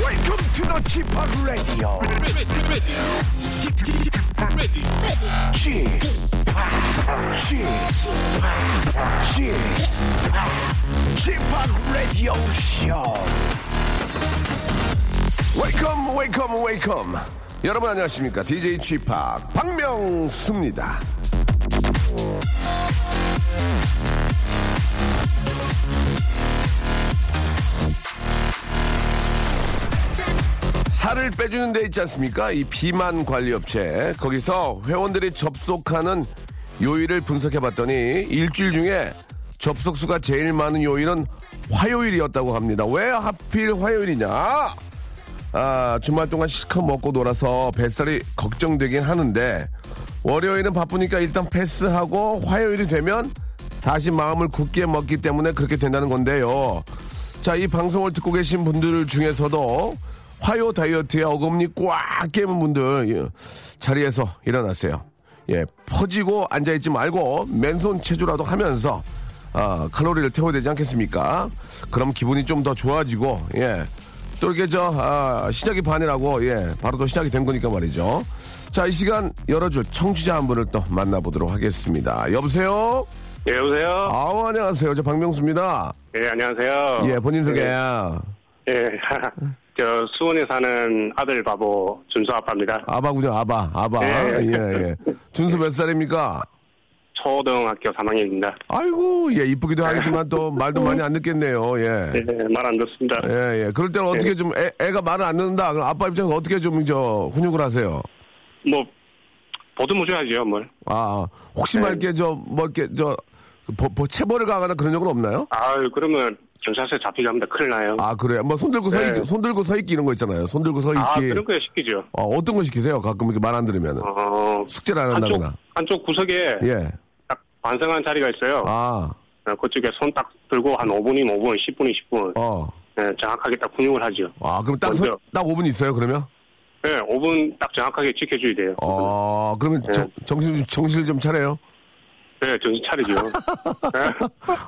Welcome to the Chip Radio. Chip, Chip, Chip, Chip Radio Show. Welcome, welcome, welcome. 여러분 안녕하십니까? DJ Chip 박명수입니다. 살을 빼주는 데 있지 않습니까? 이 비만 관리 업체. 거기서 회원들이 접속하는 요일을 분석해 봤더니 일주일 중에 접속수가 제일 많은 요일은 화요일이었다고 합니다. 왜 하필 화요일이냐? 아, 주말 동안 실컷 먹고 놀아서 뱃살이 걱정되긴 하는데 월요일은 바쁘니까 일단 패스하고 화요일이 되면 다시 마음을 굳게 먹기 때문에 그렇게 된다는 건데요. 자, 이 방송을 듣고 계신 분들 중에서도 화요 다이어트에 어금니 꽉 깨문 분들 예, 자리에서 일어나세요. 예, 퍼지고 앉아있지 말고 맨손 체조라도 하면서 아, 칼로리를 태워야 되지 않겠습니까? 그럼 기분이 좀 더 좋아지고 예, 또 이렇게 저 아, 시작이 반이라고 예 바로 또 시작이 된 거니까 말이죠. 자 이 시간 열어줄 청취자 한 분을 또 만나보도록 하겠습니다. 여보세요. 예, 여보세요? 아우 안녕하세요. 저 박명수입니다. 예, 안녕하세요. 예 본인 소개. 예, 예. 저 수원에 사는 아들 바보 준수 아빠입니다. 아바군요 아바 아바. 예. 예예. 준수 몇 살입니까? 초등학교 3학년입니다. 아이고 예 이쁘기도 하겠지만 또 말도 많이 안 듣겠네요. 예. 예, 말안 듣습니다. 예, 예. 그럴 때는 네. 어떻게 좀 애, 애가 말을 안 듣는다. 그럼 아빠 입장에서 어떻게 좀 저 훈육을 하세요? 뭐, 보듬어 줘야죠, 뭘. 아, 혹시만 네. 이렇게 저뭐 이렇게 저 보, 보, 체벌을 가거나 그런 적은 없나요? 아유, 그러면 경찰서에 잡히갑니다. 큰일 나요. 아 그래요? 뭐 손들고 서 네. 있기, 손들고 서 있기 이런 거 있잖아요. 손들고 서 있기. 아, 그런 거에 시키죠. 어, 어떤 거 시키세요? 가끔 이렇게 말 안 들으면 은 어, 숙제를 안 한쪽, 한다거나. 한쪽 구석에 예. 딱 반성한 자리가 있어요. 아, 어, 그쪽에 손 딱 들고 한 5분이면 5분, 10분이면 10분. 어. 예, 정확하게 딱 훈육을 하죠. 아 그럼 딱, 서, 먼저. 딱 5분 있어요 그러면? 예, 5분 딱 정확하게 지켜줘야 돼요. 어 그러면 정, 정신 좀- 정신을 좀 차려요. 네, 정신 차리죠.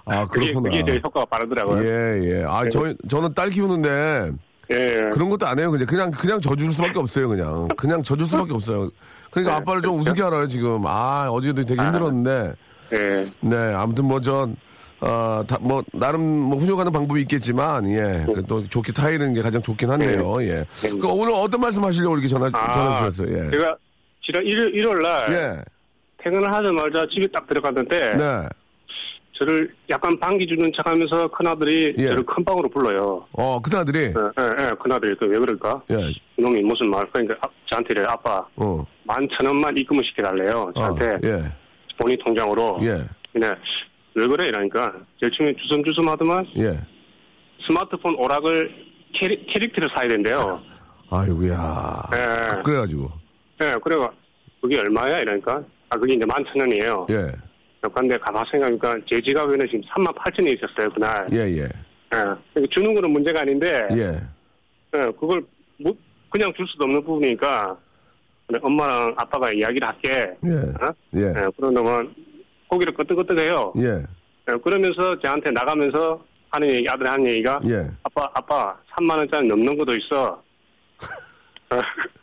아 그게, 그렇구나. 그게 제일 효과가 빠르더라고요. 네. 예 예. 아 저희 저는 딸 키우는데 예. 그런 것도 안 해요. 그냥 그냥 그냥 져줄 수밖에 없어요. 그냥 그냥 져줄 수밖에 없어요. 네. 그러니까 아빠를 좀 우습게 알아요 지금. 아 어제도 되게 힘들었는데. 예. 네, 아무튼 뭐 전, 어, 다, 뭐, 나름 뭐 훈육하는 방법이 있겠지만, 예. 그또 좋게 타이는 게 가장 좋긴 한데요, 예. 네. 아, 그 오늘 어떤 말씀 하시려고 이렇게 전화, 전화 주셨어요, 예. 제가 네. 지난 일요일, 일요일 날 예. 퇴근을 하자마자 집에 딱 들어갔는데 네. 저를 약간 반기 주는 척하면서 큰아들이 예. 저를 큰 방으로 불러요. 어, 그나들이, 예, 예, 예, 큰아들이 그 왜 그럴까? 예. 이놈이 무슨 말? 그러니까 아, 저한테 이래 아빠 어. 만 천 원만 입금을 시켜달래요. 어, 저한테 예. 본인 통장으로. 예. 네. 왜 그래 이러니까 열심히 주섬주섬 하더만 예. 스마트폰 오락을 캐리, 캐릭터를 사야 된대요. 아. 아이고야. 예, 예. 그래가지고, 예, 그래가 그게 얼마야 이러니까 아 그게 이제 만천 원이에요. 예. 그런데 가만 생각하니까 그러니까 제 지갑에는 지금 3만 8천이 있었어요 그날. 예, 예. 예. 그러니까 주는 거는 문제가 아닌데 예. 예, 그걸 뭐- 그냥 줄 수도 없는 부분이니까 근데 엄마랑 아빠가 이야기를 할게. 예. 어? 예. 예, 그런 동안 고기를 끄떡끄떡해요. 예. 예, 그러면서 저한테 나가면서 하는 얘기 아들 하는 얘기가 예. 아빠 아빠 3만 원짜리 넘는 것도 있어.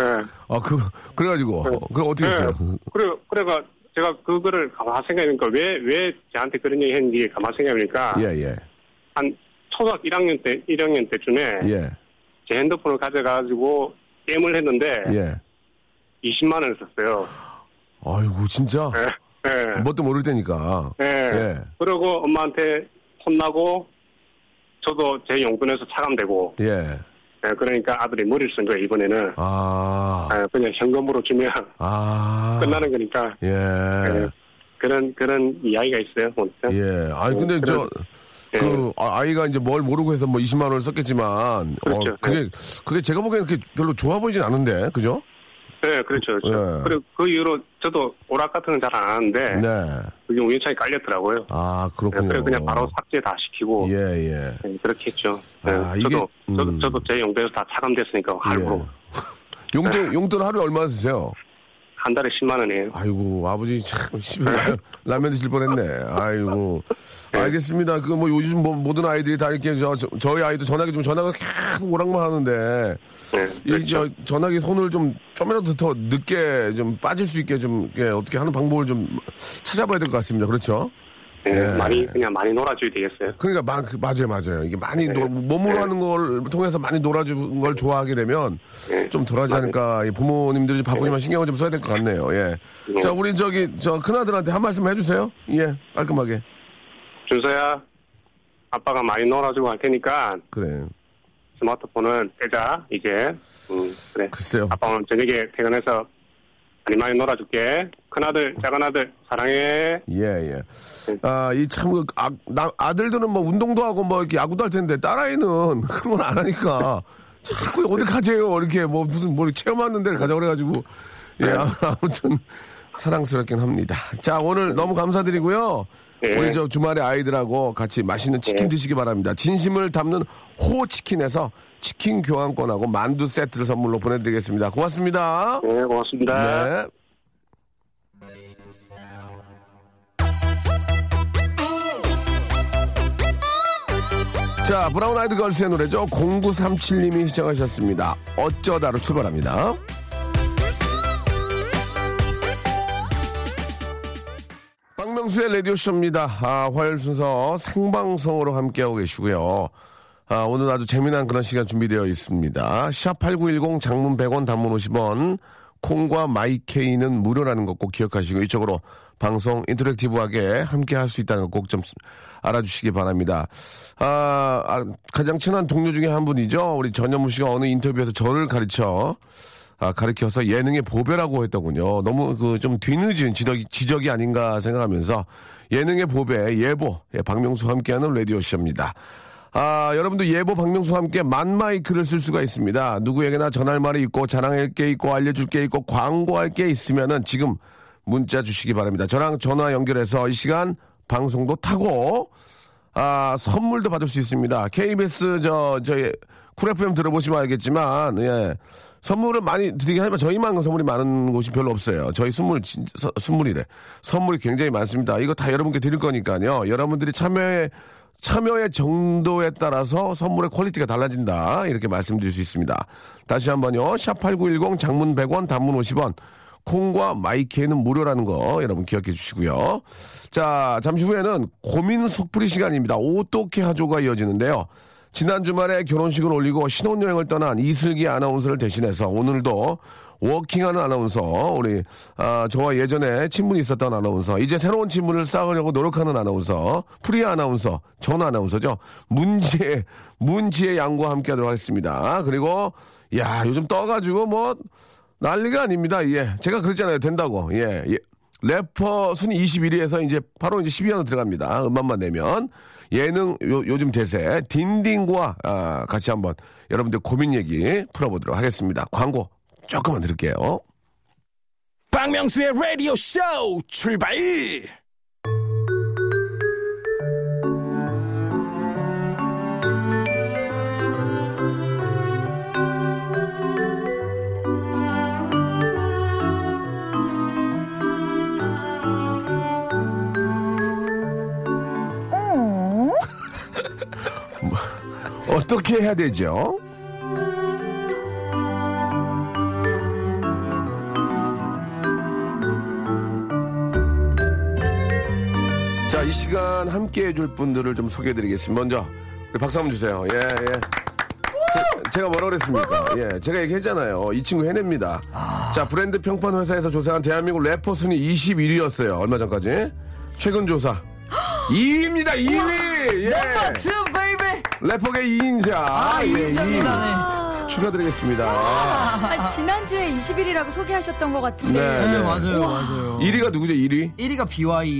예. 아, 그, 그래가지고, 그 어떻게 했어요? 네. 그래, 그래가 제가 그거를 가만 생각해보니까 왜, 왜 저한테 그런 얘기 했는지 가만 생각해보니까 예, 예. 한 초등학교 1학년 때, 1학년 때쯤에 예. 제 핸드폰을 가져가지고 게임을 했는데 예. 20만 원을 썼어요. 아이고, 진짜. 예. 예. 뭣도 모를 때니까. 예. 뭐? 예. 그러고 엄마한테 혼나고 저도 제 용돈에서 차감되고 예. 예, 그러니까 아들이 머리를 쓴 거예요, 이번에는. 아. 예, 그냥 현금으로 주면 아. 끝나는 거니까. 예. 예. 그런 그런 이야기가 있어요 보니까. 예. 아니 근데 저. 예. 그 아- 아이가 이제 뭘 모르고 해서 뭐 20만 원을 썼겠지만 그렇죠. 어, 그게 그게 제가 보기에는 그렇게 별로 좋아 보이진 않은데 그죠? 네, 그렇죠. 그렇죠. 예. 그리고 그 이후로 저도 오락 같은 건 잘 안 하는데 네. 그게 우연찮게 깔렸더라고요. 네, 아 그렇군요. 그래서 그냥 바로 삭제 다 시키고 예 예. 네, 그렇게 했죠. 네, 아, 이게- 저도, 저도 음. 예. 저도 제 용돈에서 다 차감됐으니까 할부로 네. 용돈 용돈 하루에 얼마 쓰세요? 한 달에 10만 원이에요. 아이고 아버지 참 씨발, 라면- 라면 드실 뻔했네. 아이고 알겠습니다. 그 뭐 요즘 뭐 모든 아이들이 다 이렇게 저, 저, 희 아이도 전화기 좀 전화가 계속 오락만 하는데 네, 이 저 전화기 손을 좀 좀이라도 더 늦게 좀 빠질 수 있게 좀 예, 어떻게 하는 방법을 좀 찾아봐야 될 것 같습니다. 그렇죠? 네, 예. 많이 그냥 많이 놀아줘야 되겠어요. 그러니까 막 그- 맞아요, 맞아요. 이게 많이 놀- 몸으로 하는 걸 통해서 많이 놀아주는 걸 좋아하게 되면 좀 덜하지 않을까. 이 부모님들이 바쁘지만 신경을 좀 써야 될 것 같네요. 예. 자, 우리 저기 저 큰아들한테 한 말씀 해주세요. 예, 깔끔하게. 준서야, 아빠가 많이 놀아주고 할 테니까 그래. 스마트폰은 빼자 이제. 음, 그래. 글쎄요. 아빠 오늘 저녁에 퇴근해서 많이 많이 놀아줄게. 큰 아들, 작은 아들 사랑해. 예, 예. 아, 이 참, 그 아, 나- 아들들은 뭐 운동도 하고 뭐 이렇게 야구도 할 텐데 딸아이는 그런 건 안 하니까 자꾸 어디 가세요. 이렇게 뭐 무슨 뭐 체험하는 데를 가자고 그래가지고. 네. 예, 아, 아무튼 사랑스럽긴 합니다. 자, 오늘 너무 감사드리고요. 네. 우리 저 주말에 아이들하고 같이 맛있는 치킨 드시기 바랍니다. 진심을 담는 호치킨에서 치킨 교환권하고 만두 세트를 선물로 보내드리겠습니다. 고맙습니다. 네, 고맙습니다. 네. 자, 브라운 아이드 걸스의 노래죠. 0937님이 시청하셨습니다. 어쩌다로 출발합니다. 박명수의 라디오쇼입니다. 아, 화요일 순서 생방송으로 함께하고 계시고요. 아, 오늘 아주 재미난 그런 시간 준비되어 있습니다. 샵8910 장문 100원 단문 50원 콩과 마이케이는 무료라는 것 꼭 기억하시고 이쪽으로 방송 인터랙티브하게 함께 할 수 있다는 것 꼭 좀 알아주시기 바랍니다. 아, 아, 가장 친한 동료 중에 한 분이죠. 우리 전현무 씨가 어느 인터뷰에서 저를 가르쳐 아, 가르쳐서 예능의 보배라고 했더군요. 너무 그 좀 뒤늦은 지적이, 지적이 아닌가 생각하면서 예능의 보배, 예보, 예, 박명수와 함께하는 라디오쇼입니다. 아, 여러분도 예보 박명수와 함께 만마이크를 쓸 수가 있습니다. 누구에게나 전할 말이 있고 자랑할 게 있고 알려줄 게 있고 광고할 게 있으면은 지금 문자 주시기 바랍니다. 저랑 전화 연결해서 이 시간 방송도 타고 아, 선물도 받을 수 있습니다. KBS 저, 저희 쿨 FM 들어보시면 알겠지만, 예. 선물을 많이 드리긴 하지만 저희만큼 선물이 많은 곳이 별로 없어요. 저희 선물, 진- 서- 선물이래. 선물이 굉장히 많습니다. 이거 다 여러분께 드릴 거니까요. 여러분들이 참여해, 참여의 정도에 따라서 선물의 퀄리티가 달라진다. 이렇게 말씀드릴 수 있습니다. 다시 한 번요. 샵8910 장문 100원, 단문 50원. 콩과 마이케는 무료라는 거 여러분 기억해 주시고요. 자, 잠시 후에는 고민 속풀이 시간입니다. 어떻게 하죠가 이어지는데요. 지난 주말에 결혼식을 올리고 신혼여행을 떠난 이슬기 아나운서를 대신해서 오늘도 워킹하는 아나운서, 우리, 아, 저와 예전에 친분이 있었던 아나운서, 이제 새로운 친분을 쌓으려고 노력하는 아나운서, 프리아 아나운서, 전 아나운서죠. 문지혜, 문지혜 양과 함께 하도록 하겠습니다. 그리고, 야 요즘 떠가지고 뭐, 난리가 아닙니다. 예. 제가 그랬잖아요. 된다고. 예. 예. 래퍼 순위 21위에서 이제 바로 이제 10위 안으로 들어갑니다. 음반만 내면. 예능 요, 요즘 대세 딘딘과 아, 같이 한번 여러분들 고민 얘기 풀어보도록 하겠습니다. 광고 조금만 들을게요. 박명수의 라디오 쇼 출발! 어떻게 해야 되죠? 자, 이 시간 함께 해줄 분들을 좀 소개해 드리겠습니다. 먼저, 우리 박수 한번 주세요. 예, 예. 제, 가 뭐라 그랬습니까? 예, 제가 얘기했잖아요. 이 친구 해냅니다. 자, 브랜드 평판 회사에서 조사한 대한민국 래퍼 순위 21위였어요. 얼마 전까지. 최근 조사. 2위입니다, 네. 2위! 예. 래퍼 2, 네, 베이비! 래퍼계 2인자. 아, 2인자입니다. 축하드리겠습니다. 아, 지난주에 20일이라고 소개하셨던 것 네, 같은데. 네. 맞아요, 맞아요. 1위가 누구죠, 1위? 1위가 BY.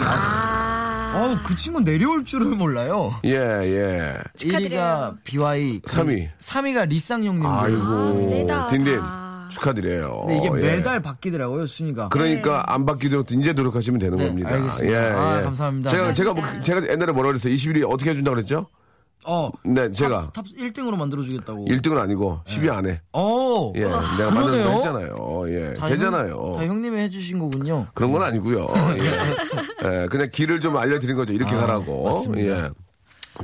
아우, 그 친구 내려올 줄을 몰라요. 예, 예. 1위가 BY. 그 3위. 3위가 리쌍용님들. 아이고. 세다. 딘딘. 축하드려요. 근데 네, 이게 예. 매달 바뀌더라고요, 순위가. 그러니까 안 바뀌도록 이제 노력하시면 되는 네, 겁니다. 예, 알겠습니다. 아, 감사합니다. 제가 네. 제가 뭐- 제가 옛날에 뭐라 그랬어요? 21위 어떻게 해준다 그랬죠? 어. 네, 제가 탑, 탑 1등으로 만들어주겠다고. 1등은 아니고 10위 안에 어. 예, 내가 네. 그러네요. 만들어준다 했잖아요. 예, 다 되잖아요. 형- 다 형님이 해주신 거군요. 그런 건 아니고요. 예. 예, 그냥 길을 좀 알려드린 거죠. 이렇게 가라고. 예.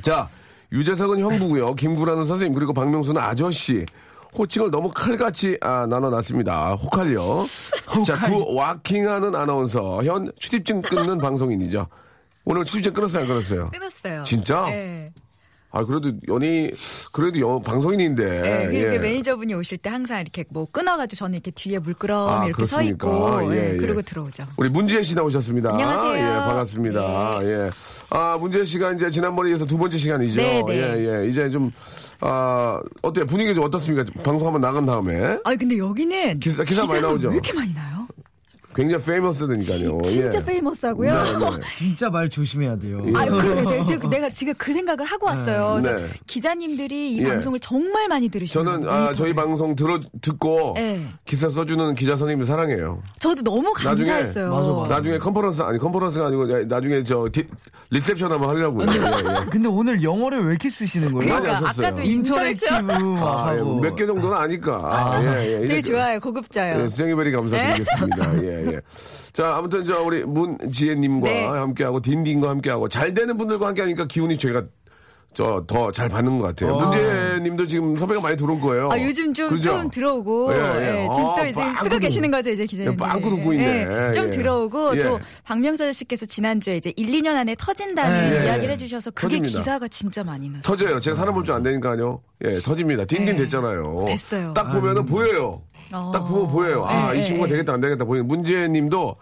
자, 유재석은 형부고요. 김구라는 선생님 그리고 박명수는 아저씨. 호칭을 너무 칼같이 아, 나눠놨습니다. 혹할요. 자, 그 와킹하는 아나운서 현 출입증 끊는 방송인이죠. 오늘 출입증 끊었어요, 안 끊었어요? 끊었어요. 진짜? 네. 아 그래도 연예 그래도 여- 방송인인데. 네, 그러니까 예. 매니저분이 오실 때 항상 이렇게 뭐 끊어가지고 저는 이렇게 뒤에 물끄러미 아, 이렇게 서 그렇습니까? 있고 예, 예, 예. 그러고 들어오죠. 우리 문지혜 씨 나오셨습니다. 안녕하세요. 예, 반갑습니다. 예. 아, 문지혜 씨가 이제 지난번에 이어서 두 번째 시간이죠. 네, 네. 예, 예. 이제 좀, 아, 어때요? 분위기 좀 어떻습니까? 방송 한번 나간 다음에. 아 근데 여기는 기사- 기사 많이 기사가 나오죠? 왜 이렇게 많이 나요? 굉장히 페이머스 되니까요. 진짜 예. 페이머스하고요. 네, 네. 진짜 말 조심해야 돼요. 예. 아, 그래, 내가, 내가 지금 그 생각을 하고 왔어요. 그래서 네. 기자님들이 이 예. 방송을 정말 많이 들으시는 저는, 거예요. 아, 저희 방송 들어, 듣고. 네. 기사 써주는 기자 선생님 사랑해요. 저도 너무 나중에- 감사했어요. 맞아, 맞아. 나중에 컨퍼런스, 아니, 컨퍼런스가 아니고, 야, 나중에 저, 디- 리셉션 한번 하려고요. 예, 예. 그, 근데 오늘 영어를 왜 이렇게 쓰시는 거예요? 많이 안 썼어요. 그러니까 아까도 인터랙티브 인터랙션 막 아, 예. 하고. 몇 개 정도는 아니까. 아, 예, 예. 되게 이제 좀- 좋아요. 고급져요. 예, 생일베리 감사드리겠습니다. 예, 예. 자, 아무튼 저 우리 문지혜님과 네. 함께하고 딘딘과 함께하고 잘 되는 분들과 함께하니까 기운이 저희가 저 더 잘 받는 것 같아요. 문지혜님도 지금 섭외가 많이 들어올 거예요. 어. 아, 요즘 좀, 그죠? 좀 들어오고, 예, 예, 예. 지금 아, 또 지금 쓰고 빵꾸도- 계시는 거죠, 이제 기자님. 예, 빵꾸 놓고 있네. 좀 예. 들어오고, 예. 또 박명수 아저씨께서 지난주에 이제 1, 2년 안에 터진다는 예. 이야기를 해주셔서 그게 터집니다. 기사가 진짜 많이 났어요. 터져요. 제가 살아볼 줄 안 되니까요. 예, 터집니다. 딘딘 됐잖아요. 네. 됐어요. 딱 보면은 보여요. 어. 딱 보면 보여요. 아, 예, 이 친구가 예, 되겠다, 안 되겠다. 보이는 문지혜님도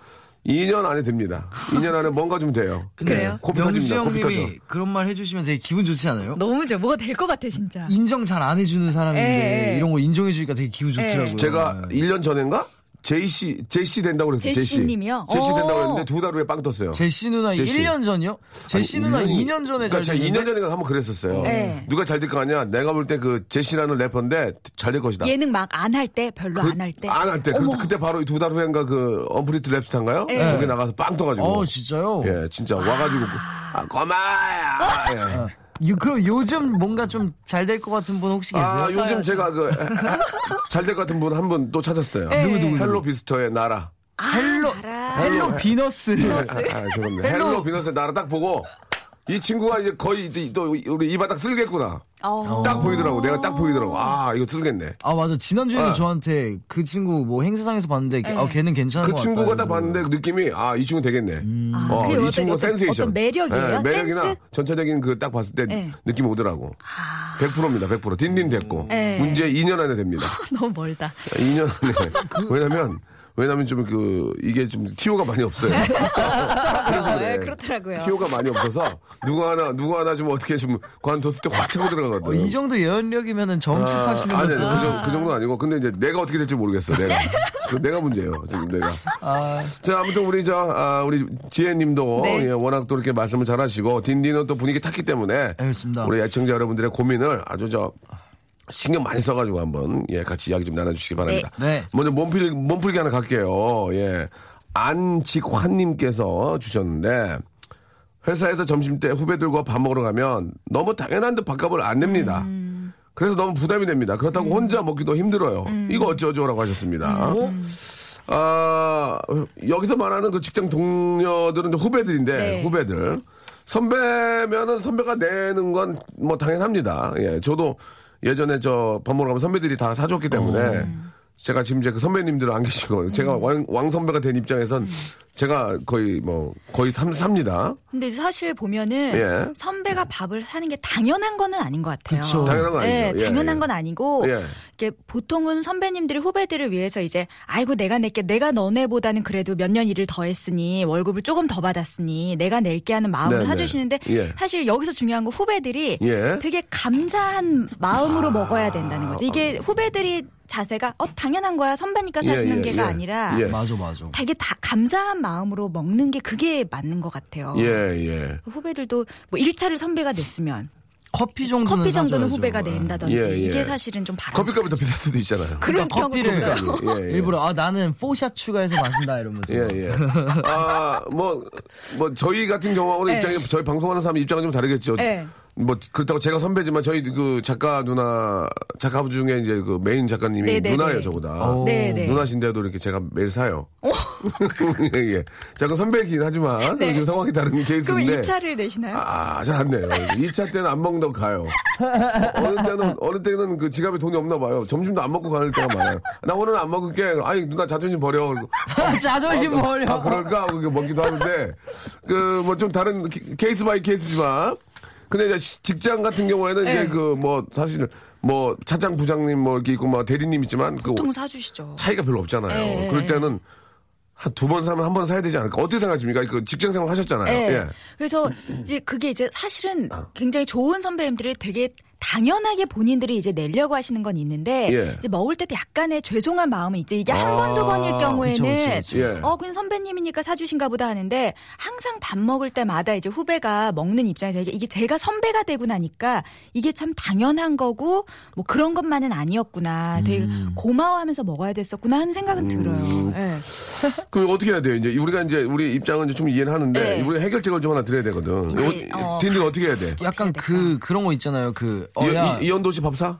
2년 안에 됩니다. 2년 안에 뭔가 좀 돼요. 네, 그래요? 코피 명수 터집니다. 코피 터져. 형님이 그런 말 해주시면 되게 기분 좋지 않아요? 너무 좋아. 뭐가 될 것 같아, 진짜. 인정 잘 안 해주는 사람인데 예, 예. 이런 거 인정해주니까 되게 기분 좋더라고요. 제가 네. 1년 전인가? 제이씨, 제이씨 된다고 그랬어요. 제이씨. 제이씨님이요? 제이씨 된다고 오. 그랬는데 두 달 후에 빵 떴어요. 제시 누나 제시. 1년 전이요? 제시 누나 2년 전에 그러니까 잘 제가 2년 됐는데? 전에 한번 그랬었어요. 네. 누가 잘 될 거 아니야? 내가 볼 때 그 제시라는 래퍼인데 잘 될 것이다. 예능 막 안 할 때, 별로 안 할 때. 그 안할 때. 어머. 그, 그때 바로 두 달 후엔가 그 언프리트 랩스타인가요? 네. 거기 나가서 빵 떠가지고. 어 진짜요? 예, 진짜 와가지고. 아, 어? 고마워요. 예. 요- 그럼 요즘 뭔가 좀 잘 될 것 같은 분 혹시 계세요? 아, 요즘 제가 그, 잘 될 것 같은 분 한 분 또 찾았어요. 네. 누구, 누구? 헬로 비스터의 나라. 헬로 아, 예. 헬로 비너스. 아, 네. 아, 죄송합니다. 헬로 비너스 나라 딱 보고 이 친구가 이제 거의 이- 또 우리 이 바닥 쓸겠구나. 어. 딱 보이더라고. 내가 딱 보이더라고. 아 이거 쓸겠네. 아 맞아 지난주에도 아. 저한테 그 친구 뭐 행사장에서 봤는데 예. 아 걔는 괜찮은 그 것 같다. 친구가 딱 해가지고. 봤는데 그 느낌이 아 이 친구 되겠네. 음. 아, 그게 이 어떤- 친구 어떤- 센세이션. 어떤 매력이에요? 예, 매력이나 센스? 전체적인 그 딱 봤을 때 네. 아. 느낌 오더라고. 100%입니다. 100%. 딘딘 됐고 네. 문제 2년 안에 됩니다. 너무 멀다. 2년 안에. 그 왜냐면 왜냐면 좀 그 이게 좀 티오가 많이 없어요. 아, 그래서 그래. 예, 아, 그렇더라고요. 티오가 많이 없어서 누구 하나 누구 하나 좀 어떻게 좀 관뒀을 때확 차고 들어가거든. 어, 이 정도 예언력이면은 정치파시는 아, 아니, 아니, 것도 그, 정, 그 정도는 아니고. 근데 이제 내가 어떻게 될지 모르겠어. 내가. 그 내가 문제예요. 지금 내가. 자, 아무튼 우리 저, 아, 우리 지혜님도 네. 예, 워낙 또 이렇게 말씀을 잘하시고 딘딘은 또 분위기 탔기 때문에 알겠습니다. 우리 애청자 여러분들의 고민을 아주 저 신경 많이 써가지고 한번 예 같이 이야기 좀 나눠주시기 바랍니다. 네. 네. 먼저 몸풀 몸풀기 하나 갈게요. 예. 안직환님께서 주셨는데 회사에서 점심 때 후배들과 밥 먹으러 가면 너무 당연한 듯 밥값을 안 냅니다. 음. 그래서 너무 부담이 됩니다. 그렇다고 혼자 먹기도 힘들어요. 이거 어쩌죠라고 하셨습니다. 음. 아, 여기서 말하는 그 직장 동료들은 이제 후배들인데, 네. 후배들. 선배면은 선배가 내는 건 음. 뭐 당연합니다. 예, 저도 예전에 저 밥 먹으러 가면 선배들이 다 사줬기 때문에 제가 지금 이제 그 선배님들 안 계시고 제가 왕, 왕 선배가 된 음. 입장에선 제가 거의 뭐 거의 탐 삽니다. 근데 이제 사실 보면은 예. 선배가 밥을 사는 게 당연한 거는 아닌 것 같아요. 그쵸. 당연한 건 예, 아니죠. 예, 당연한 예. 건 아니고 예. 이게 보통은 선배님들이 후배들을 위해서 이제 아이고 내가 낼게 내가 너네보다는 그래도 몇 년 일을 더 했으니 월급을 조금 더 받았으니 내가 낼게 하는 마음으로 네, 네. 사주시는데 예. 사실 여기서 중요한 건 후배들이 예. 아. 되게 감사한 마음으로 먹어야 된다는 거죠. 이게 후배들이 자세가 어 당연한 거야 선배니까 사주는 예, 예, 게가 예. 아니라 예. 맞아 맞아. 되게 다 감사한 마음으로 먹는 게 그게 맞는 것 같아요. 예, 예. 후배들도 뭐 1차를 선배가 냈으면 커피 정도는 커피 정도는 사줘야죠. 후배가 낸다든지 예, 예. 이게 사실은 좀 바람. 커피값이 더 비쌀 수도 있잖아요. 그런 그러니까 경우도 커피를 있어요. 예, 예. 일부러 아 나는 포샷 추가해서 마신다 이러면서. 예, 예. 아, 뭐, 뭐, 저희 같은 경우하고는 네. 입장이, 저희 방송하는 사람 입장은 좀 다르겠죠. 네. 뭐, 그렇다고 제가 선배지만 저희 그 작가 누나, 작가 중에 이제 그 메인 작가님이 네, 네, 누나예요, 네. 저보다. 네, 네. 누나신데도 이렇게 제가 매일 사요. 예, 예. 작은 선배이긴 하지만, 네. 요즘 상황이 다른 그럼 케이스인데. 2차를 내시나요? 아, 잘 안 돼요. 2차 때는 안 먹는다고 가요. 어느 때는, 어느 때는 그 지갑에 돈이 없나 봐요. 점심도 안 먹고 가는 때가 많아요. 나 오늘 안 먹을게. 아니, 누나 자존심 버려. 그리고 아, 어, 자존심 버려. 아, 그럴까? 하고 이렇게 먹기도 하는데, 그, 뭐 좀 다른 키- 케이스 바이 케이스지만, 근데 이제 시- 직장 같은 경우에는 예. 이제 그 뭐 사실 뭐 차장 부장님 뭐 이렇게 있고 막 대리님 있지만 그 보통 사주시죠. 차이가 별로 없잖아요. 네. 그럴 때는 한 두 번 사면 한 번 사야 되지 않을까? 어떻게 생각하십니까? 그 직장 생활 하셨잖아요. 예. 예. 아. 그래서 이제 그게 이제 사실은 굉장히 좋은 선배님들이 되게 당연하게 본인들이 이제 내려고 하시는 건 있는데 예. 이제 먹을 때도 약간의 죄송한 마음은 있죠. 이게 아, 한 번 두 번일 경우에는 그쵸, 그쵸. 예. 어 그냥 선배님이니까 사주신가 보다 하는데 항상 밥 먹을 때마다 이제 후배가 먹는 입장에서 이게 이게 제가 선배가 되고 나니까 이게 참 당연한 거고 뭐 그런 것만은 아니었구나. 되게 음. 고마워하면서 먹어야 됐었구나 하는 생각은 들어요. 예. 그럼 어떻게 해야 돼요? 이제 우리가 이제 우리 입장은 이제 좀 이해는 하는데 네. 우리 해결책을 좀 하나 드려야 되거든. 이제, 어, 딘딘 어떻게 해야 돼? 약간 그 그런 거 있잖아요. 그 이- 어야 이- 이현도 씨 밥 사?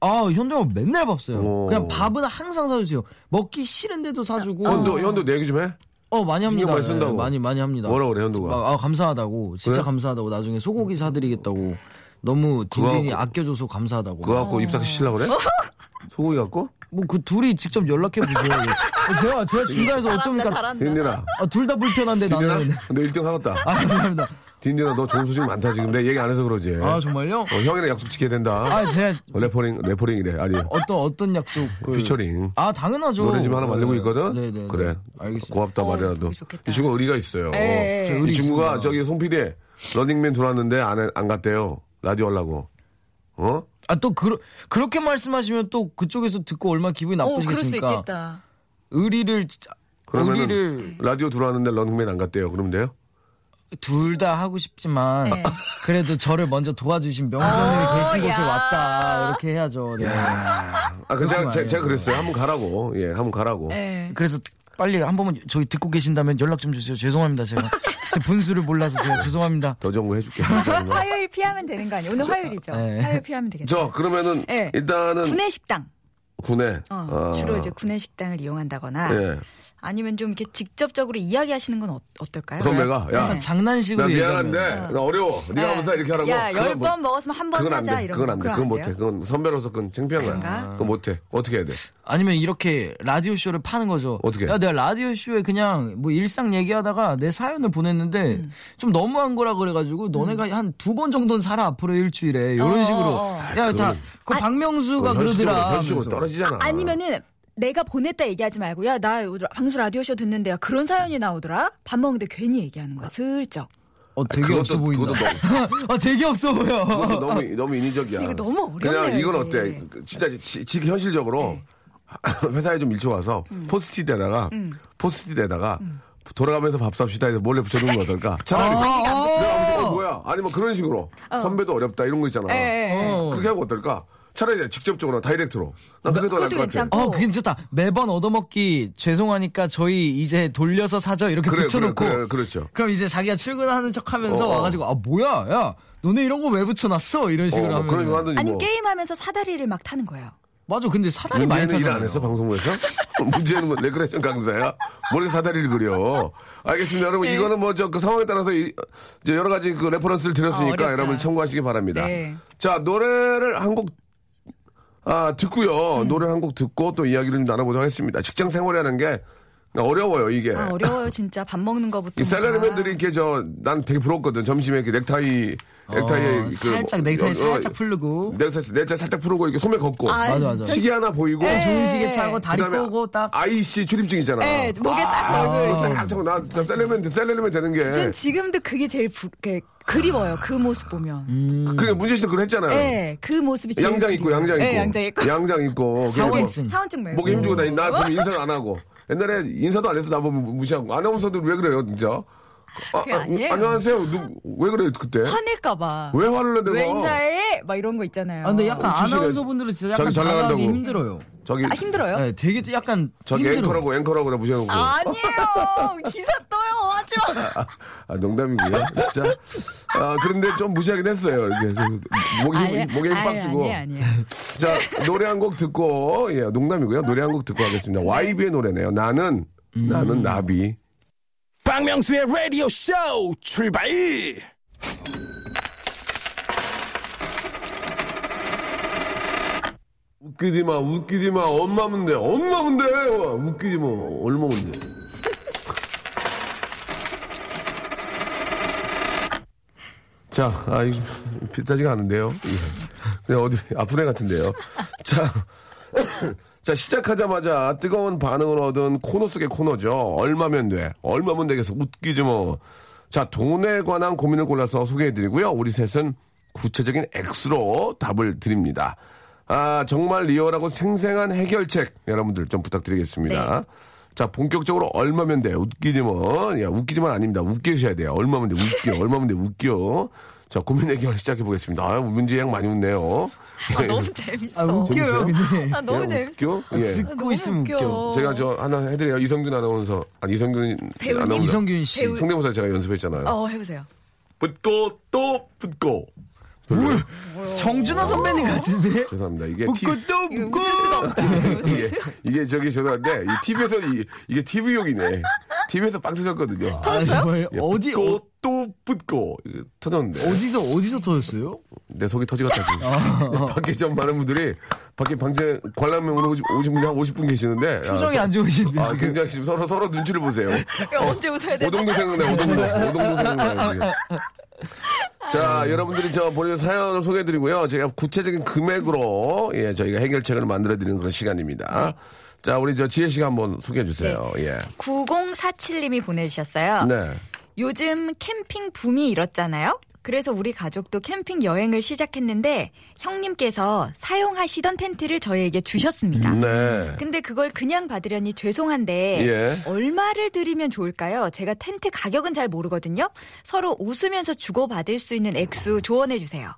아 현정은 맨날 밥 사요. 오. 그냥 밥은 항상 사주세요. 먹기 싫은데도 어. 사주고. 현도 현도 내 얘기 좀 해. 어 많이 합니다. 아, 신경 많이 쓴다고. 네, 많이 많이 합니다. 뭐라 그래, 현도가? 막, 아 감사하다고 진짜 그래? 감사하다고 나중에 소고기 사드리겠다고 너무 딘딘이 그거- 아껴줘서 감사하다고. 그거 갖고 입사시키려고 그래? 소고기 갖고? 뭐 그 둘이 직접 연락해 보세요. 어, 제가 제가 중간에서 어쩝니까? 딘딘아. 둘 다 불편한데 딘딘아, 나는. 너 1등 하겠다. 아 감사합니다. 딘딘아, 너 좋은 소식 많다, 지금. 내 얘기 안 해서 그러지. 아 정말요? 어, 형이랑 약속 지켜야 된다. 아 제가 어, 래퍼링, 래퍼링이래. 아니, 어떤 어떤 약속을 퓨처링. 아 당연하죠. 노래 지금 하나 만들고 네, 있거든? 네, 네, 네. 그래. 알겠습니다. 어, 고맙다 말이라도. 그거 좋겠다. 이 친구가 의리가 있어요. 예, 예. 이 친구가 의리 있습니다. 저기 송 p d 러닝맨 들어왔는데 안, 해- 안 갔대요. 라디오 하려고. 어? 아 또 그, 그렇게 말씀하시면 또 어, 그쪽에서 듣고 얼마나 기분이 나쁘시겠습니까? 의리를 진짜- 그러면은 의리를 라디오 들어왔는데 러닝맨 안 갔대요. 그러면 돼요? 둘 다 하고 싶지만 그래도 저를 먼저 도와주신 명선님이 계신 곳에 왔다 이렇게 해야죠. 네. 아, 그 제가, 그러면 제- 안 제가 해요. 그랬어요. 한번 가라고. 예, 한번 가라고. 그래서 빨리 한 번만 저희 듣고 계신다면 연락 좀 주세요. 죄송합니다 제가 제 분수를 몰라서 제가 죄송합니다. 더 정보 해줄게. 화요일 피하면 되는 거 아니에요? 오늘 화요일이죠. 네. 화요일 피하면 되겠죠. 저, 그러면은, 예. 일단은, 구내식당. 군에. 어, 아, 주로 이제 구내식당을 이용한다거나 예. 아니면 좀 이렇게 직접적으로 이야기하시는 건 어, 떨까요 네. 선배가, 야, 약간 장난식으로 나 얘기하면 미안한데 나 어려워. 네가 하면서 이렇게 하라고. 야, 그건 열 못- 번 먹었으면 한 번 그건 안 사자 돼. 이런 그건 거. 안 돼. 그럼 그건 안 못 해. 돼요? 그건 선배로서 그건 창피한 거야. 그런가? 그건 못 해. 어떻게 해야 돼? 아니면 이렇게 라디오 쇼를 파는 거죠. 어떻게? 야, 내가 라디오 쇼에 그냥 뭐 일상 얘기하다가 내 사연을 보냈는데 좀 너무한 거라 그래가지고 너네가 한 두 번 정도는 살아 앞으로 일주일에 이런 식으로. 야, 다 그 박명수가 그건 현실적으로, 그러더라. 현실적으로 하면서. 떨어지잖아. 아니면은 내가 보냈다 얘기하지 말고 야, 나 오늘 방송 라디오 쇼 듣는데 야, 그런 사연이 나오더라. 밥 먹는데 괜히 얘기하는 거야. 슬쩍. 어, 되게 그것도- 없어 보인다. 그것도 아, 되게 없어 보여. 그것도 너무 너무 인위적이야. 이거 너무 어렵네요, 그냥 이건 이게. 어때? 그, 진짜 지, 지, 현실적으로 회사에 좀 일찍 와서 포스트잇에다가 포스트잇에다가 돌아가면서 밥 삽시다 해서 몰래 붙여놓은 거 어떨까? 차라리 내가 무슨 어, 뭐야? 아니 뭐 그런 식으로 선배도 어렵다 이런 거 있잖아. 어. 네, 그렇게 하고 어떨까? 차라리 그냥 직접적으로 다이렉트로. 난 그게 더 나을 것 그것도 같아. 괜찮고. 어, 괜찮다. 매번 얻어먹기 죄송하니까 저희 이제 돌려서 사죠. 이렇게 그래, 붙여놓고. 그래, 그래, 그렇죠. 럼 이제 자기가 출근하는 척 하면서 어, 어. 와가지고, 아, 뭐야, 야, 너네 이런 거 왜 붙여놨어? 이런 어, 식으로 뭐 하면. 그런 식으로 하든지 아니 뭐. 게임하면서 사다리를 막 타는 거예요. 맞아, 근데 사다리 많이 문제는 일 타잖아요. 안 해서 방송국에서 문제는 뭐 레크레이션 강사야 머리 사다리를 그려 알겠습니다 네. 여러분 이거는 뭐 저 그 상황에 따라서 이, 이제 여러 가지 그 레퍼런스를 아, 드렸으니까 어렵다. 네. 여러분 참고하시기 바랍니다 네. 자 노래를 한 곡 아, 듣고요. 음. 노래 한 곡 듣고 또 이야기를 나눠보도록 하겠습니다. 직장 생활이라는 게 어려워요, 이게. 아, 어려워요, 진짜. 밥 먹는 거부터. 예. 이 셀러리맨들이 이렇게 저, 난 되게 부럽거든. 점심에 이렇게 넥타이, 넥타이에. 어, 그 네. 살짝 뭐, 넥타이 어, 살짝 풀르고 넥타이, 넥타이 살짝 풀고 이렇게 소매 걷고. 맞아 네. 맞아. 시계 하나 보이고. 좋은 시계 차고 다리 그다음에 아, 꼬고 딱 IC 출입증 있잖아. 네, 목에 딱 걸고. 이렇게. 딱, 저거 나, 저 셀러리맨, 셀러리맨 되는 게. 전 지금도 그게 제일 부, 그, 그리워요. 그 모습 보면. 그게 문재 씨도 그걸 했잖아요. 네, 그 모습이 제일 음. 양장 입고 그리워요. 양장 입고 네, 양장 입고. 네. 음. 양장 입고 그리고 사원증. 사원증 말고. 목에 힘주고 다니 나 그럼 인사를 안 하고 옛날에 인사도 안 해서 나 보면 무시하고 아나운서들 왜 그래요 진짜 아, 그게 아니에요. 안녕하세요 누, 왜 그래요 그때 음. 화낼까봐. 왜 화를 내는 왜 거 인사해? 막 이런 거 있잖아요. 아, 근데 약간 주식에- 아나운서분들은 진짜 저기 약간 잘 잘나가기 나간다고. 힘들어요. 저기 아, 힘들어요? 네, 되게 또 약간 저기 힘들어. 앵커라고 앵커라고 나 무시하고 아. 아니에요. 기사 떠요. 하지 마. 아, 농담이고요 진짜 아 그런데 좀 무시하긴 했어요 이게 저, 목에 힘, 뭐 목에 힘 빡 주고 아니, 아니. 자 노래 한 곡 듣고 예 농담이고요 노래 한 곡 듣고 하겠습니다 YB의 노래네요 나는 나는 나비 박명수의 라디오 쇼 출발! 웃기지 마, 웃기지 마. 엄마 문데, 엄마 문데. 와, 웃기지 마, 얼마 문데. 자, 아, 이거 비싸지가 않은데요. 예. 그냥 어디, 아픈 애 같은데요. 자, 자, 시작하자마자 뜨거운 반응을 얻은 코너 속의 코너죠. 얼마면 돼? 얼마면 되겠어? 웃기지 뭐. 자, 돈에 관한 고민을 골라서 소개해드리고요. 우리 셋은 구체적인 액수로 답을 드립니다. 아, 정말 리얼하고 생생한 해결책 여러분들 좀 부탁드리겠습니다. 네. 자, 본격적으로 얼마면 돼? 웃기지 뭐. 야, 웃기지만 아닙니다. 웃기셔야 돼요. 얼마면 돼? 웃겨. 얼마면 돼? 웃겨. 자, 고민 해결 시작해보겠습니다. 아, 문제 양 많이 웃네요. 아, 너무 재밌어. 아, 웃겨요, 근데. 아, 너무 예, 재밌어. 웃겨? 예. 듣고 있으면 웃겨. 제가 저 하나 해드려요. 이성균 아나운서. 아니, 이성균 배우님. 아나운서. 이성균 씨. 배우- 성대모사 제가 연습했잖아요. 어, 해보세요. 붙고 또 붙고. 별로예요. 정준하 선배님 같은데? 죄송합니다. 이게 티- 웃고 또 웃고. 웃을 수가 없다. 웃을 이게, 수 이게 저기 죄송한데 이 TV에서 이, 이게 TV용이네. TV에서 빵 터졌거든요. 아, 정말 예, 어디, 어, 붙고 또 붙고 이게 터졌는데 어디서, 어디서 터졌어요? 내 속이 어. 터지겠다고 밖에 좀 많은 분들이 밖에 방제 관람용으로 오신, 오신 분이 한 50분 계시는데 표정이 아, 안 좋으신데. 아, 굉장히 지금 서로 서로 눈치를 보세요. 없다. 언제 웃어야 돼? 오동도 생각나, 오동도. 오동도 생각나. 지금. 자, 여러분들이 저 보내준 사연을 소개해드리고요. 제가 구체적인 금액으로, 예, 저희가 해결책을 만들어드리는 그런 시간입니다. 자, 우리 저 지혜 씨가 한번 소개해주세요. 예. 9047님이 보내주셨어요. 네. 요즘 캠핑 붐이 이렇잖아요. 그래서 우리 가족도 캠핑 여행을 시작했는데 형님께서 사용하시던 텐트를 저희에게 주셨습니다. 네. 근데 그걸 그냥 받으려니 죄송한데 예. 얼마를 드리면 좋을까요? 제가 텐트 가격은 잘 모르거든요. 서로 웃으면서 주고받을 수 있는 액수 조언해 주세요.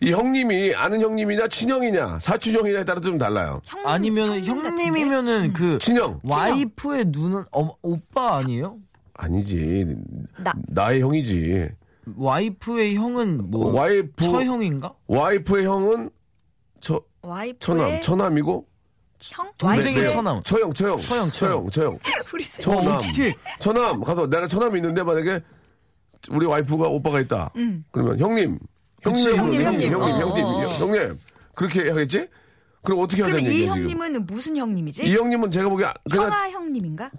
이 형님이 아는 형님이냐, 친형이냐, 사촌형이냐에 따라 좀 달라요. 형님, 아니면 형님 같은데? 형님이면은 그그 친형. 와이프의 누는 어, 오빠 아니에요? 아니지. 나. 나의 형이지. 와이프의 형은 뭐 와이프. 처형인가? 와이프의 형은 저, 와이프의 처남, 처남이고, 형? 동생의 와이프의 네. 처남. 처형, 처형. 처형, 처형, 처형. 처형. 우리 세- 처남. 어떻게? 처남 가서 내가 처남이 있는데 만약에 우리 와이프가 오빠가 있다. 음. 그러면 형님, 그치, 형님, 형님, 형님, 형님. 형님, 어, 형님, 어, 어. 형님. 그렇게 하겠지? 그럼 어떻게 그럼 하자는 이 얘기야 지금? 형님은 무슨 형님이지? 이 형님은 제가 보기에 아- 그냥 형아 형님인가?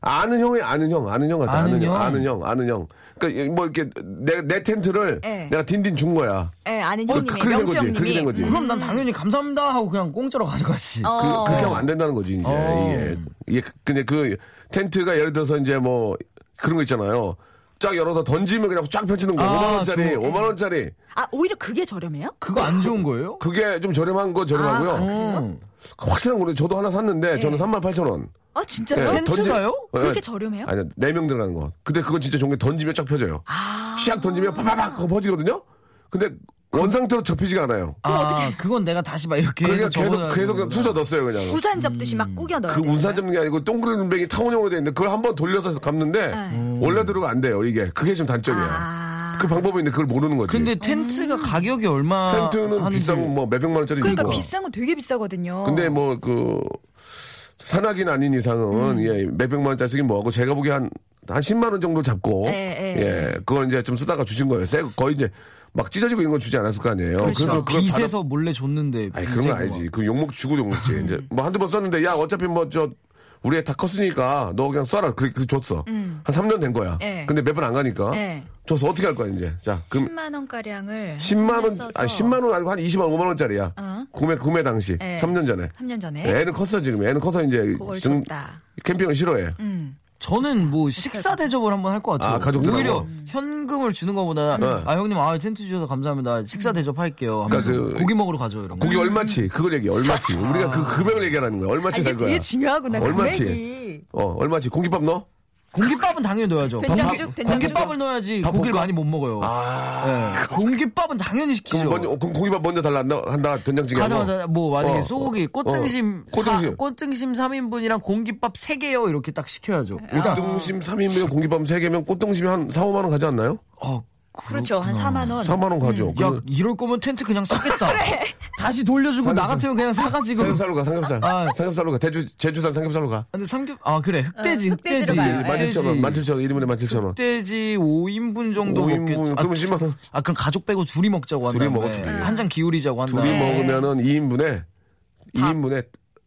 아는 형이 아는 형, 아는 형 같아. 아는, 아는 형, 형. 아는 형, 아는 형. 그러니까 뭐 이렇게 내, 내 텐트를 네. 내가 딘딘 준 거야. 예, 아는 그- 형님이 그렇게 된 명수 거지. 그렇게 된 형님이. 거지. 그럼 난 당연히 감사합니다 하고 그냥 공짜로 가져갔지. 어. 그, 그렇게 하면 안 된다는 거지 이제 어. 이게 이게 그- 근데 그 텐트가 예를 들어서 이제 뭐 그런 거 있잖아요. 쫙 열어서 던지면 그냥 쫙 펼치는 거. 아, 5만 원짜리, 좋아. 5만 원짜리. 아 오히려 그게 저렴해요? 그거 안 좋은 거예요? 그게 좀 저렴한 거 저렴하고요. 그 음. 확실한 거는 저도 하나 샀는데 저는 3만 8천 원. 아 진짜요? 네. 텐트가요? 그렇게 저렴해요? 아니, 4명 들어가는 거. 근데 그건 진짜 좋은 게 던지면 쫙 펴져요. 아. 시작 던지면 파바박 그거 퍼지거든요? 근데 그 원상태로 접히지가 않아요. 아, 그건 내가 다시 막 이렇게 그래서 해서 계속, 접어놔야 계속 되는구나. 수저 넣었어요, 그냥. 우산 접듯이 막 꾸겨 넣어요. 그 우산 잡는 게 아니고 동그란 눈뱅이 타원형으로 돼 있는데 그걸 한 번 돌려서 감는데 음. 원래 들어가 안 돼요, 이게. 그게 좀 단점이야. 네. 아. 그 방법이 있는데 그걸 모르는 거지. 근데 텐트가 가격이 얼마 텐트는 하는지 비싼 뭐 몇백만 원짜리 그러니까 있고. 비싼 건 되게 비싸거든요. 근데 뭐 그 산악인 아닌 이상은 음. 예, 몇백만 원짜리 쓰긴 뭐하고 제가 보기에 한 한 10만 원 정도 잡고 예, 예. 예, 그걸 이제 좀 쓰다가 주신 거예요. 새 거- 거의 이제 막 찢어지고 이런 건 주지 않았을 거 아니에요. 그렇죠. 그래서 그걸 받아- 빚에서 몰래 줬는데. 뭐 아니 그런 거 아니지. 그 욕먹 주고 욕먹지. 이제 뭐 한두 번 썼는데 야 어차피 뭐 저 우리 애 다 컸으니까 너 그냥 써라. 그래, 그래 줬어. 한 3년 된 거야. 음. 예. 근데 몇 번 안 가니까. 예. 줘서 어떻게 할 거야 이제. 자 그럼 10만 원 가량을 10만 원 아니 10만 원 아니고 한 20만 원 5만 원짜리야. 어. 구매 구매 당시 예. 3년 전에. 3년 전에 애는 컸어 지금. 애는 커서 이제 그걸 지금 줬다. 음. 캠핑을 싫어해. 저는 뭐 식사 대접을 한번 할 것 같아요. 아, 가족들하고? 오히려 현금을 주는 것보다 네. 아 형님 아 텐트 주셔서 감사합니다. 식사 대접할게요. 하면서 그러니까 그- 고기 먹으러 가죠 이런 거. 음. 고기 얼마치? 그걸 얘기. 해 얼마치? 아. 우리가 그 금액을 얘기하는 거야. 얼마치 살 거야? 중요하구나. 얼마치? 어 얼마치? 공깃밥 넣어? 공깃밥은 당연히 넣어야죠. 된장죽, 밥- 된장죽. 공깃밥을 넣어야지 밥 고기를 볶아? 많이 못 먹어요. 아. 예. 공깃밥은 당연히 시키죠. 그럼 먼저 어, 그럼 공깃밥 먼저 달라 한다, 한다 된장찌개. 가자마자 뭐 만약에 어, 소고기 어, 꽃등심 어, 꽃등심. 사- 꽃등심 3인분이랑 공깃밥 3개요 이렇게 딱 시켜야죠. 네. 일단 꽃등심 3인분 공깃밥 3개면 꽃등심이 한 4, 5만 원 가지 않나요? 어, 그렇죠. 한 4만 원. 4만 원 가죠. 야 그 이럴 거면 텐트 그냥 샀겠다. 다시 돌려주고 나 같으면 그냥 사가지 고 삼겹살로 가 삼겹살. 아. 삼겹살로 가. 대주 제주산 삼겹살로 가. 근데 삼겹 아 그래 흑돼지 어, 흑돼지 흑돼지로 가요. 예. 17,000원. 17,000원. 1인분에 17,000원. 흑돼지 5인분 정도 5인분, 먹겠 그러면 10만 원. 아 그럼 가족 빼고 둘이 먹자고 한다. 둘이 먹어, 둘이. 한잔 기울이자고 한다. 둘이 먹으면은 2인분에 2인분에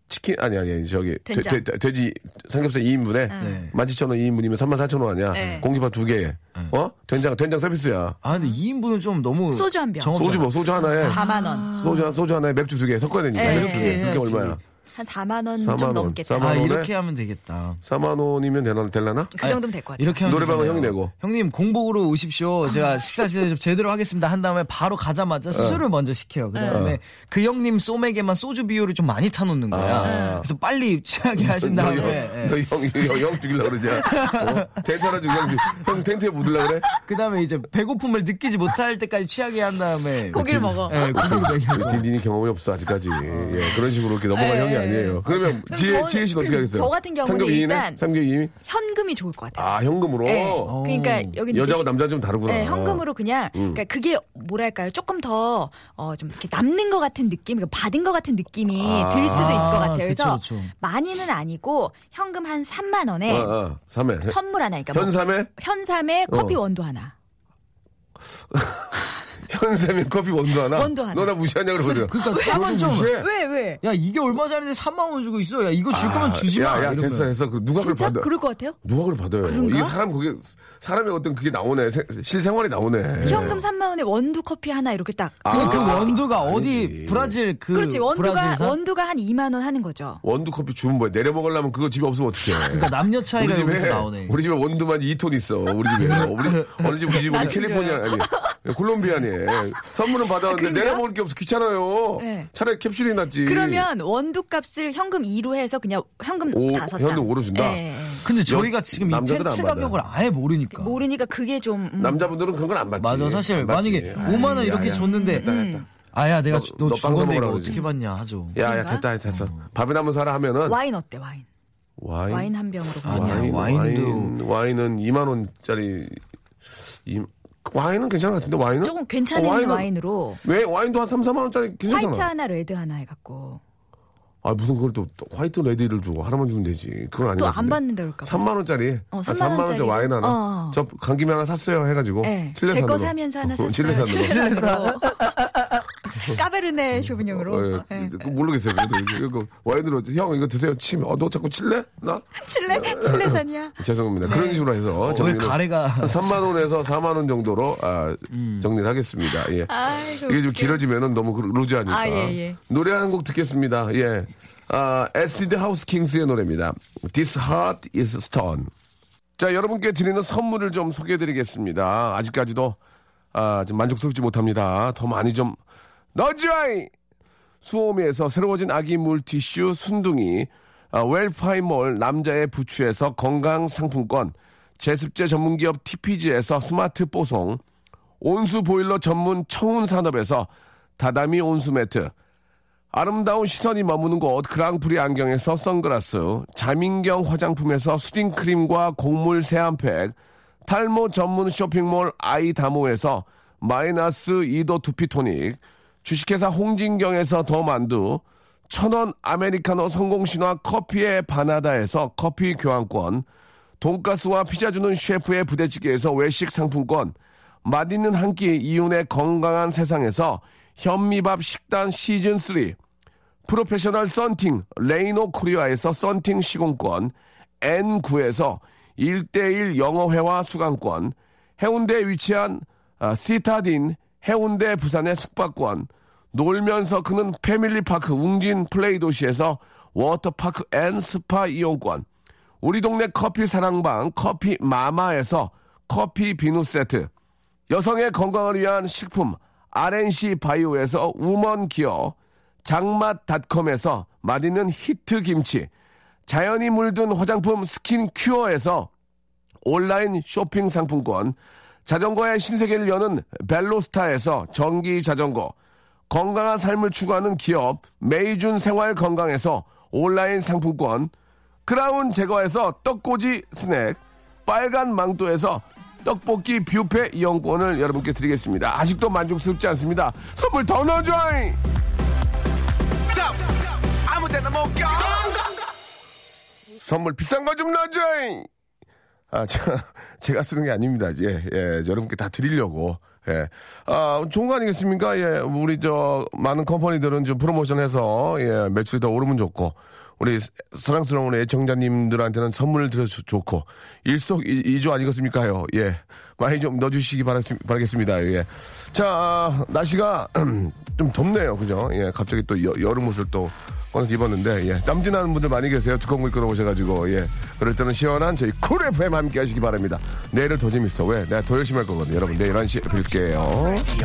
치킨 아니 아니 저기 돼, 된장. 돼, 돼지 삼겹살 2인분에 네. 17,000원 2인분이면 34,000원 아니야. 네. 공깃밥 2개에. 어? 된장 된장 서비스야. 아 근데 2인분은 좀 너무 아. 소주 한 병. 정확하다. 소주 뭐 소주 하나에 4만 원. 소주, 한- 소주 하나에 맥주 두 개 섞어야 되니까. 네. 맥주 두 개. 그게 해야지. 얼마야? 한 4만 원 4만 원, 좀 넘겠다. 4만 아 원에? 이렇게 하면 되겠다. 4만 원이면 되나, 되려나? 그 정도면 될 것 같아요. 아. 이렇게 하면 노래방은 되잖아요. 형이 내고. 형님 공복으로 오십시오. 제가 식사 시대 제대로 하겠습니다. 한 다음에 바로 가자마자 네. 술을 먼저 시켜요. 네. 그다음에 그 형님 쏨에게만 소주 비율을 좀 많이 타놓는 거야. 그래서 빨리 취하게 하신 아. 너 다음에 형, 예. 너 형, 형, 형 죽이려고 그러냐? 어? 텐트 하나 주고 형, 죽- 형 텐트에 묻으려고 그래? 그다음에 이제 배고픔을 느끼지 못할 때까지 취하게 한 다음에 고기를 먹어. 예, 고기를 먹여서. 디디니 경험이 없어, 아직까지. 예, 그런 식으로 이렇게 넘어갈 형이 아니에요. 그러면 지혜, 저는- 지혜 씨는 어떻게 하겠어요? 저 같은 경우는 삼겹 2인에? 일단- 삼겹 2인? 현금이 좋을 것 같아요. 아, 현금으로? 네. 어. 그러니까 여기 여자하고 남자 좀 다르구나. 네, 현금으로 그냥 음. 그러니까 그게 뭐랄까요 조금 더 어, 좀 이렇게 남는 것 같은 느낌, 그러니까 받은 것 같은 느낌이 아. 들 수도 있을 것 같아요. 그래서 그쵸, 그쵸. 많이는 아니고 현금 한 3만 원에 어, 어, 3회. 선물 하나, 그러니까 뭐 현삼에? 현삼에 커피 어. 원두 하나. 현삼에 커피 원두 하나? 원두 하나. 너 나 무시하냐 그러거든. 그러니까 사면 좀. 무시해? 왜 왜? 야 이게 얼마 전인데 3만 원 주고 있어. 야 이거 줄 거면 아, 주지 마. 야, 야, 이러면. 됐어, 됐어. 그 누가 그걸 진짜 받아? 그럴 것 같아요? 누가 그걸 받아요? 그런가? 이게 사람 그게 사람의 어떤 그게 나오네. 세- 실생활이 나오네. 현금 3만 원에 원두 커피 하나 이렇게 딱. 근데 그 아, 원두가 어디 아니지. 브라질 그 그렇지 원두가 브라질산? 원두가 한 2만 원 하는 거죠. 원두 커피 주문 뭐야? 내려 먹으려면 그거 집에 없으면 어떡해. 그러니까 남녀 차이가 여기서 나오네. 우리 집에 원두만 2톤 있어. 우리 집에. 우리 어느 집 우리 집은 캘리포니아 아니. 콜롬비아니. 선물은 받았는데 그런가요? 내려 먹을 게 없어. 귀찮아요. 네. 차라리 캡슐이 낫지. 그러면 원두 값을 현금 2로 해서 그냥 현금 오, 다섯 장. 현금 오로 준다? 예, 예. 근데 저희가 지금 이 남자들은 안 텐트 받아요. 가격을 아예 모르니까. 모르니까 그게 좀 음. 남자분들은 그런 건 안 받지. 맞아 사실 안 받지. 만약에 아이, 5만 원 이렇게 야, 야. 줬는데 아야 내가 너- 너, 너 죽었네 이거 빵사 먹으라고 어떻게 받냐 하죠. 야, 야, 됐다, 됐어. 밥이나 한번 사라 하면은 와인 어때 와인? 와인. 와인 한 병으로 아니야, 그냥. 와인도- 와인, 와인은 2만 원짜리 이, 와인은 괜찮은 것 같은데 와인은 조금 괜찮은 어, 와인은- 와인으로 왜 와인도 한 3, 4만 원짜리 화이트 괜찮잖아. 하나 레드 하나 해갖고 아 무슨 그걸 또, 또 화이트 레디를 주고 하나만 주면 되지. 그건 아니야. 또 안 받는다 그럴까? 봐. 3만 원짜리. 어, 아, 3만 3만 원짜리 원짜리로. 와인 하나. 어. 저 간 김에 하나 샀어요 해가지고. 예. 칠레 제거 산으로. 사면서 하나 어, 샀어요. 칠레 산으로. 칠레산으로. 까베르네 쇼비뇽으로. 어, 예. 그 모르겠어요. 그래도 이거 와인으로 형 이거 드세요. 침. 어너 자꾸 칠레? 나 칠레 칠레산이야. 죄송합니다. 네. 그런 식으로 해서 왜 정리를- 어, 가래가 음. 한 3만 원에서 4만 원 정도로 아, 정리를 하겠습니다. 예. 아이고, 이게 좀 길어지면은 너무 그- 루즈하니까. 아, 예, 예. 노래 한 곡 듣겠습니다. 예. 아, 에시드 하우스 킹스의 노래입니다. This heart is stone. 자, 여러분께 드리는 선물을 좀 소개해 드리겠습니다. 아직까지도 아, 좀 만족스럽지 못합니다. 더 많이 좀 넣어줘이! 수오미에서 새로워진 아기 물티슈 순둥이, 아, 웰파이몰 남자의 부추에서 건강 상품권, 제습제 전문기업 TPG에서 스마트 뽀송, 온수 보일러 전문 청운 산업에서 다다미 온수 매트, 아름다운 시선이 머무는 곳 그랑프리 안경에서 선글라스, 자민경 화장품에서 수딩크림과 곡물 세안팩, 탈모 전문 쇼핑몰 아이다모에서 마이너스 2도 두피토닉, 주식회사 홍진경에서 더 만두, 천원 아메리카노 성공신화 커피의 바나다에서 커피 교환권, 돈가스와 피자 주는 셰프의 부대찌개에서 외식 상품권, 맛있는 한 끼 이윤의 건강한 세상에서 현미밥 식단 시즌 3 프로페셔널 썬팅 레이노 코리아에서 썬팅 시공권 N9에서 1대1 영어회화 수강권 해운대에 위치한 아, 시타딘 해운대 부산의 숙박권 놀면서 크는 패밀리파크 웅진 플레이 도시에서 워터파크 앤 스파 이용권 우리 동네 커피 사랑방 커피 마마에서 커피 비누 세트 여성의 건강을 위한 식품 RNC 바이오에서 우먼 기어 장맛닷컴에서 맛있는 히트 김치 자연이 물든 화장품 스킨 큐어에서 온라인 쇼핑 상품권 자전거의 신세계를 여는 벨로스타에서 전기 자전거 건강한 삶을 추구하는 기업 메이준 생활 건강에서 온라인 상품권 크라운 제거에서 떡꼬지 스낵, 빨간 망토에서 떡볶이 뷔페 이용권을 여러분께 드리겠습니다. 아직도 만족스럽지 않습니다. 선물 더 넣어줘잉! 선물 비싼 거 좀 넣어줘잉! 아, 제가, 제가 쓰는 게 아닙니다. 예, 예, 여러분께 다 드리려고. 예. 아, 좋은 거 아니겠습니까? 예, 우리 저, 많은 컴퍼니들은 좀 프로모션 해서, 예, 매출이 더 오르면 좋고, 우리 사랑스러운 애청자님들한테는 선물을 드려서 좋고, 일석이조 아니겠습니까요? 예. 많이 좀 넣어주시기 바라, 바라겠습니다. 예. 자, 아, 날씨가 좀 덥네요. 그죠? 예, 갑자기 또 여, 여름 옷을 또 꺼내서 입었는데, 예. 땀진하는 분들 많이 계세요. 두꺼운 거 입고 나오셔가지고, 예. 그럴 때는 시원한 저희 쿨 FM 함께 하시기 바랍니다. 내일을 더 재밌어. 왜? 내가 더 열심히 할 거거든요. 여러분, 내일 11시에 뵐게요.